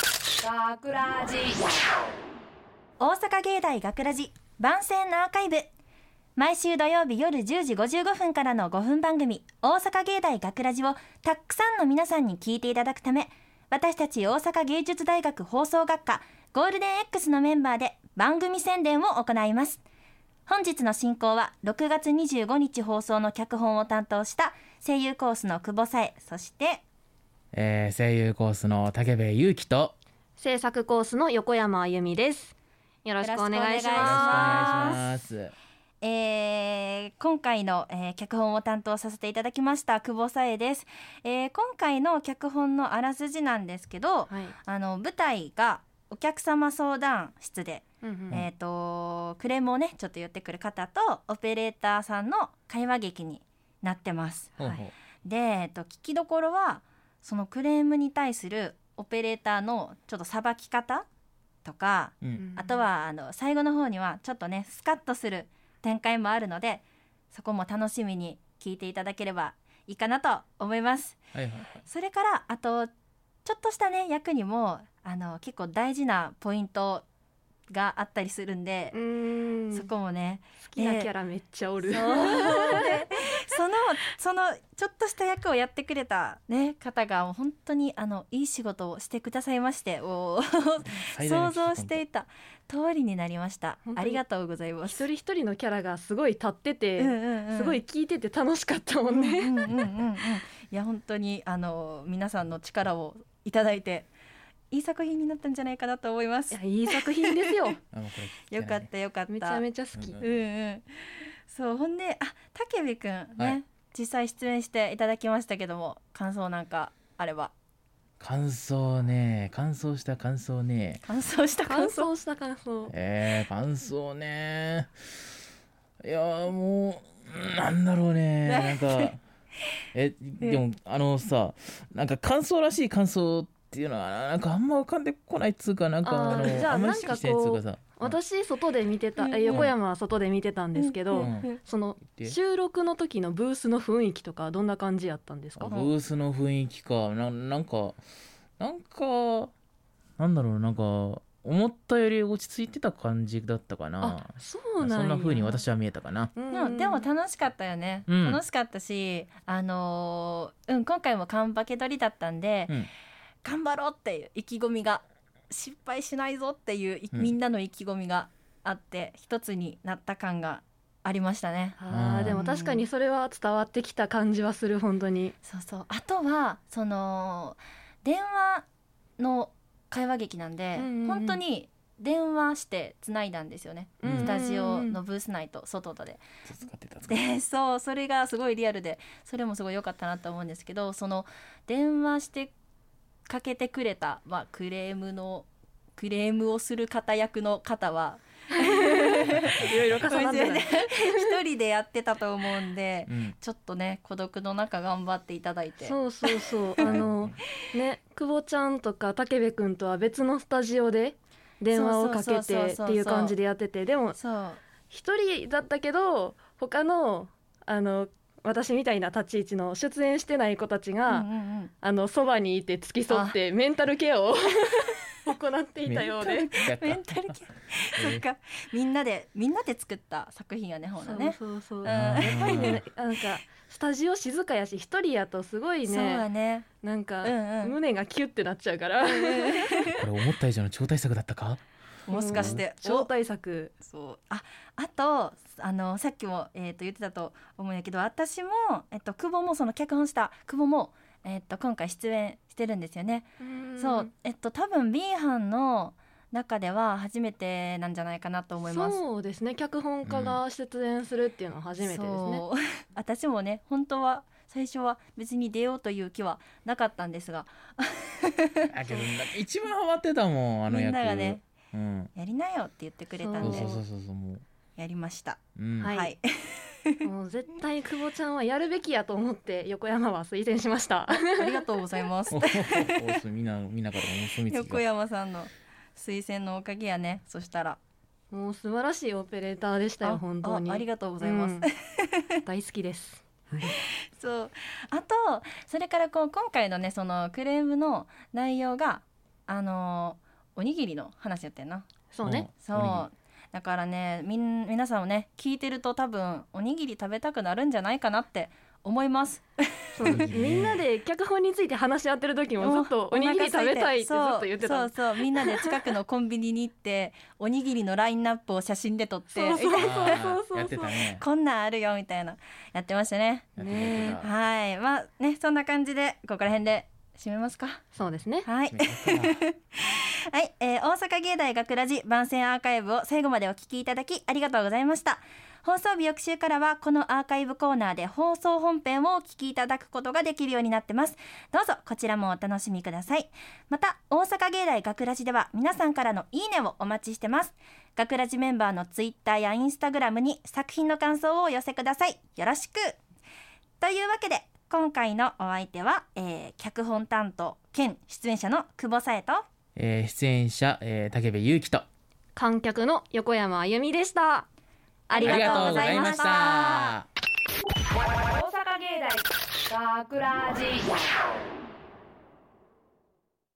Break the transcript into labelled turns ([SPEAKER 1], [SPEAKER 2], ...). [SPEAKER 1] 学ラジ
[SPEAKER 2] 大阪芸大学ラジ番宣のアーカイブ毎週土曜日夜10時55分からの5分番組「大阪芸大学ラジをたくさんの皆さんに聞いていただくため私たち大阪芸術大学放送学科ゴールデン X のメンバーで番組宣伝を行います本日の進行は6月25日放送の脚本を担当した声優コースの久保さえそして
[SPEAKER 3] えー、声優コースの竹部祐樹と
[SPEAKER 4] 制作コースの横山あゆみです。よろしくお願いし
[SPEAKER 2] よろしくお願いし
[SPEAKER 4] ま
[SPEAKER 3] ます。
[SPEAKER 2] えー今回の、えー脚本を担当させていただきました久保さえです、えー今回の脚本のあらすじなんですけど
[SPEAKER 4] す。はい。
[SPEAKER 2] あの舞台がお客様相談室で、
[SPEAKER 4] うんうん
[SPEAKER 2] えー、とクレームをねちょっと言ってくる方とオペレーターさんの会話劇になってます。
[SPEAKER 3] ほうほう
[SPEAKER 2] で、えー、と聞きどころはそのクレームに対するオペレーターのちょっとさばき方とか
[SPEAKER 3] う
[SPEAKER 4] う
[SPEAKER 3] ん
[SPEAKER 4] ん
[SPEAKER 2] あとはあの最後の方にはちょっとねスカッとする展開もあるのでそこも楽しみに聞いていただければいいかなと思います。
[SPEAKER 3] はいはいはい。
[SPEAKER 2] それからあとちょっとしたね役にもあの結構大事なポイントがあったりするんで
[SPEAKER 4] う、ーん
[SPEAKER 2] そこもね
[SPEAKER 4] 好きなキャラめっちゃお
[SPEAKER 2] そう
[SPEAKER 4] る。
[SPEAKER 2] で そのそのちょっとした役をやってくれた、ね、方がもう本当にあのいい仕事をしてくださいましておー
[SPEAKER 3] 最大の
[SPEAKER 2] 想
[SPEAKER 3] 危機ポイン
[SPEAKER 2] 像
[SPEAKER 3] ト
[SPEAKER 2] していた通りになりました
[SPEAKER 4] 本当
[SPEAKER 2] あ
[SPEAKER 4] に
[SPEAKER 2] りがとうございま
[SPEAKER 4] 一
[SPEAKER 2] す。
[SPEAKER 4] 人一人のキャラがすごい立ってて、
[SPEAKER 2] うんうんうん
[SPEAKER 4] すごい聞いてて楽しかったも
[SPEAKER 2] うんんう
[SPEAKER 4] ね。
[SPEAKER 2] んうんうんうんいや本当にあの皆さんの力をいただいていい作品になったんじゃないかなと思いま
[SPEAKER 4] い
[SPEAKER 2] す
[SPEAKER 4] や。いい作品ですよ。
[SPEAKER 3] あもうこれ
[SPEAKER 2] よかったよかった。
[SPEAKER 4] めちゃめちゃ好き。
[SPEAKER 3] うん
[SPEAKER 2] うんうん。そうほんであ竹部くんね、
[SPEAKER 3] はい
[SPEAKER 2] 実際出演していただきましたけども感想なんかあれば
[SPEAKER 3] 感想ね、感想した感想ね。
[SPEAKER 2] 感想した感
[SPEAKER 4] 感
[SPEAKER 2] 想。
[SPEAKER 4] 想した感想。
[SPEAKER 3] えー、感想ね。いやーもううんなんだろうね。なんかえでもあのさ、なんか感想らしい感想っていうのはなんかあんま浮かんでこないっつうかなんかあ
[SPEAKER 4] あーじ
[SPEAKER 3] の
[SPEAKER 4] ゃあ
[SPEAKER 3] あんまり意識してないっつうかさ。
[SPEAKER 4] 私外で見てた、
[SPEAKER 2] うん
[SPEAKER 4] え横山は外で見てたんですけど、
[SPEAKER 3] うん
[SPEAKER 4] その
[SPEAKER 3] で
[SPEAKER 4] 収録の時のブースの雰囲気とかどんな感じやったんです
[SPEAKER 3] あ
[SPEAKER 4] か
[SPEAKER 3] ブ？ースの雰囲気かななんかなんかなんだろうなんか思ったより落ち着いてた感じだったかな
[SPEAKER 4] あ、そうなんや。
[SPEAKER 3] そんな風に私は見えたかな
[SPEAKER 4] うん
[SPEAKER 2] でもでも楽しかったよね、
[SPEAKER 3] うん
[SPEAKER 2] 楽しかったしあのーうん今回もカンパケ取りだったんで、
[SPEAKER 3] うん
[SPEAKER 2] 頑張ろうっていう意気込みが失敗しないぞっていうい
[SPEAKER 3] うん
[SPEAKER 2] みんなの意気込みがあって、一つになった感がありましたね
[SPEAKER 4] あ
[SPEAKER 3] う
[SPEAKER 4] ー
[SPEAKER 3] ん
[SPEAKER 4] でも確かにそれは伝わってきた感じはする本当に
[SPEAKER 2] そうそうあとはその電話の会話劇なんで、
[SPEAKER 4] うんうんうん
[SPEAKER 2] 本当に電話してつないだんですよね、
[SPEAKER 3] うん
[SPEAKER 2] スタジオのブース内と外とで
[SPEAKER 3] 使ってた使って
[SPEAKER 2] でそうそれがすごいリアルでそれもすごい良かったなと思うんですけどその電話してかけてくれた、まあ、クレームのクレームをする方役の方は
[SPEAKER 4] いろいろ重なってたね
[SPEAKER 2] 一人でやってたと思うんで
[SPEAKER 3] た、うん、
[SPEAKER 2] ちょっとね孤独の中頑張っていただいて。
[SPEAKER 4] そうそうそうあ のね久保ちゃんとか武部君とは別のスタジオで電話をかけ
[SPEAKER 2] そうそうそう
[SPEAKER 4] て
[SPEAKER 2] そうそう
[SPEAKER 4] っていう感じでやっててでも
[SPEAKER 2] そう
[SPEAKER 4] 一人だったけど他のあの私みたいな立ち位置の出演してない子たちが、
[SPEAKER 2] うんうんうん
[SPEAKER 4] あのそばにいて付き添ってメンタルケアを 行っていたようで。
[SPEAKER 2] メンタルケア そっかみんなでみんなで作った作品やねほらね
[SPEAKER 4] そうそうそう
[SPEAKER 2] うん
[SPEAKER 4] やっぱりね
[SPEAKER 3] うん
[SPEAKER 4] なんかスタジオ静かやし一人やとすごい
[SPEAKER 2] そうや
[SPEAKER 4] ね
[SPEAKER 2] ね
[SPEAKER 4] なんか、
[SPEAKER 2] うんうん
[SPEAKER 4] 胸がキュってなっちゃうから
[SPEAKER 3] これ思った以上の超大作だったか
[SPEAKER 2] もしかして
[SPEAKER 4] 超大作
[SPEAKER 2] そうああとあのさっきも、えー、と言ってたと思うんやけど私も、えっと久保もその脚本した久保も、えっと今回出演してるんですよね。そう、えっと多分 B 班の中では初めてなんじゃないかなと思います。
[SPEAKER 4] そうですね脚本家が出演するっていうのは初めてですね、
[SPEAKER 2] そう 私もね本当は最初は別に出ようという気はなかったんですが
[SPEAKER 3] だけどなんか一番ハマってたもんあの
[SPEAKER 2] み
[SPEAKER 3] 役
[SPEAKER 2] んながね
[SPEAKER 3] うん、
[SPEAKER 2] やりなよって言ってくれた
[SPEAKER 3] そ
[SPEAKER 2] ん
[SPEAKER 3] う
[SPEAKER 2] で
[SPEAKER 3] そうそうそうそうもう、
[SPEAKER 2] やりました。
[SPEAKER 3] うん
[SPEAKER 4] はい
[SPEAKER 2] はい、
[SPEAKER 4] もう絶対久保ちゃんはやるべきやと思って横山は推薦しま した
[SPEAKER 2] ありがとうございます
[SPEAKER 3] お。おおすみなみなからお墨付き
[SPEAKER 2] 横
[SPEAKER 3] が
[SPEAKER 2] 山さんの推薦のおかげやねそしたら
[SPEAKER 4] もう素晴らしいオペレーターでしたよ
[SPEAKER 2] あ
[SPEAKER 4] 本当に
[SPEAKER 2] あありがとうございます、
[SPEAKER 4] うん大好きです
[SPEAKER 2] そうあとそれからこう今回のねそのクレームの内容があのーおにぎりの話やってんな
[SPEAKER 4] そうね、
[SPEAKER 2] そうだからねみん皆さんもね聞いてると多分おにぎり食べたくなるんじゃないかなって思います
[SPEAKER 4] そうみんなで脚本について話し合ってる時もずっとおにぎり食べたいってずっと言ってた
[SPEAKER 2] そうそうそうみんな で近くのコンビニに行っておにぎりのラインナップを写真で撮って
[SPEAKER 4] そうそう
[SPEAKER 3] おにぎりあー
[SPEAKER 4] そうそうそう
[SPEAKER 3] やってた ね
[SPEAKER 2] こんなんあるよみたいなやってましたね
[SPEAKER 3] やってたやって
[SPEAKER 2] はいまあねそんな感じでここら辺で締めますか
[SPEAKER 4] そうですね
[SPEAKER 2] はい
[SPEAKER 3] たやってた
[SPEAKER 2] はい、えー大阪芸大学ラジ番宣アーカイブを最後までお聞きいただきありがとうございました放送日翌週からはこのアーカイブコーナーで放送本編をお聞きいただくことができるようになってますどうぞこちらもお楽しみくださいまた大阪芸大学ラジでは皆さんからのいいねをお待ちしてます学ラジメンバーのツイッターやインスタグラムに作品の感想をお寄せくださいよろしくというわけで今回のお相手は、えー脚本担当兼出演者の久保さえと
[SPEAKER 3] えー出演者、えー、竹部祐希と
[SPEAKER 4] 観客の横山あゆみでしたあり
[SPEAKER 2] り
[SPEAKER 4] が
[SPEAKER 2] が
[SPEAKER 4] と
[SPEAKER 2] と
[SPEAKER 4] う
[SPEAKER 2] う
[SPEAKER 4] ご
[SPEAKER 2] ご
[SPEAKER 4] ざ
[SPEAKER 2] ざ
[SPEAKER 4] い
[SPEAKER 2] い
[SPEAKER 4] ま
[SPEAKER 2] ま
[SPEAKER 4] し
[SPEAKER 2] したた
[SPEAKER 1] 大阪芸大学ラジ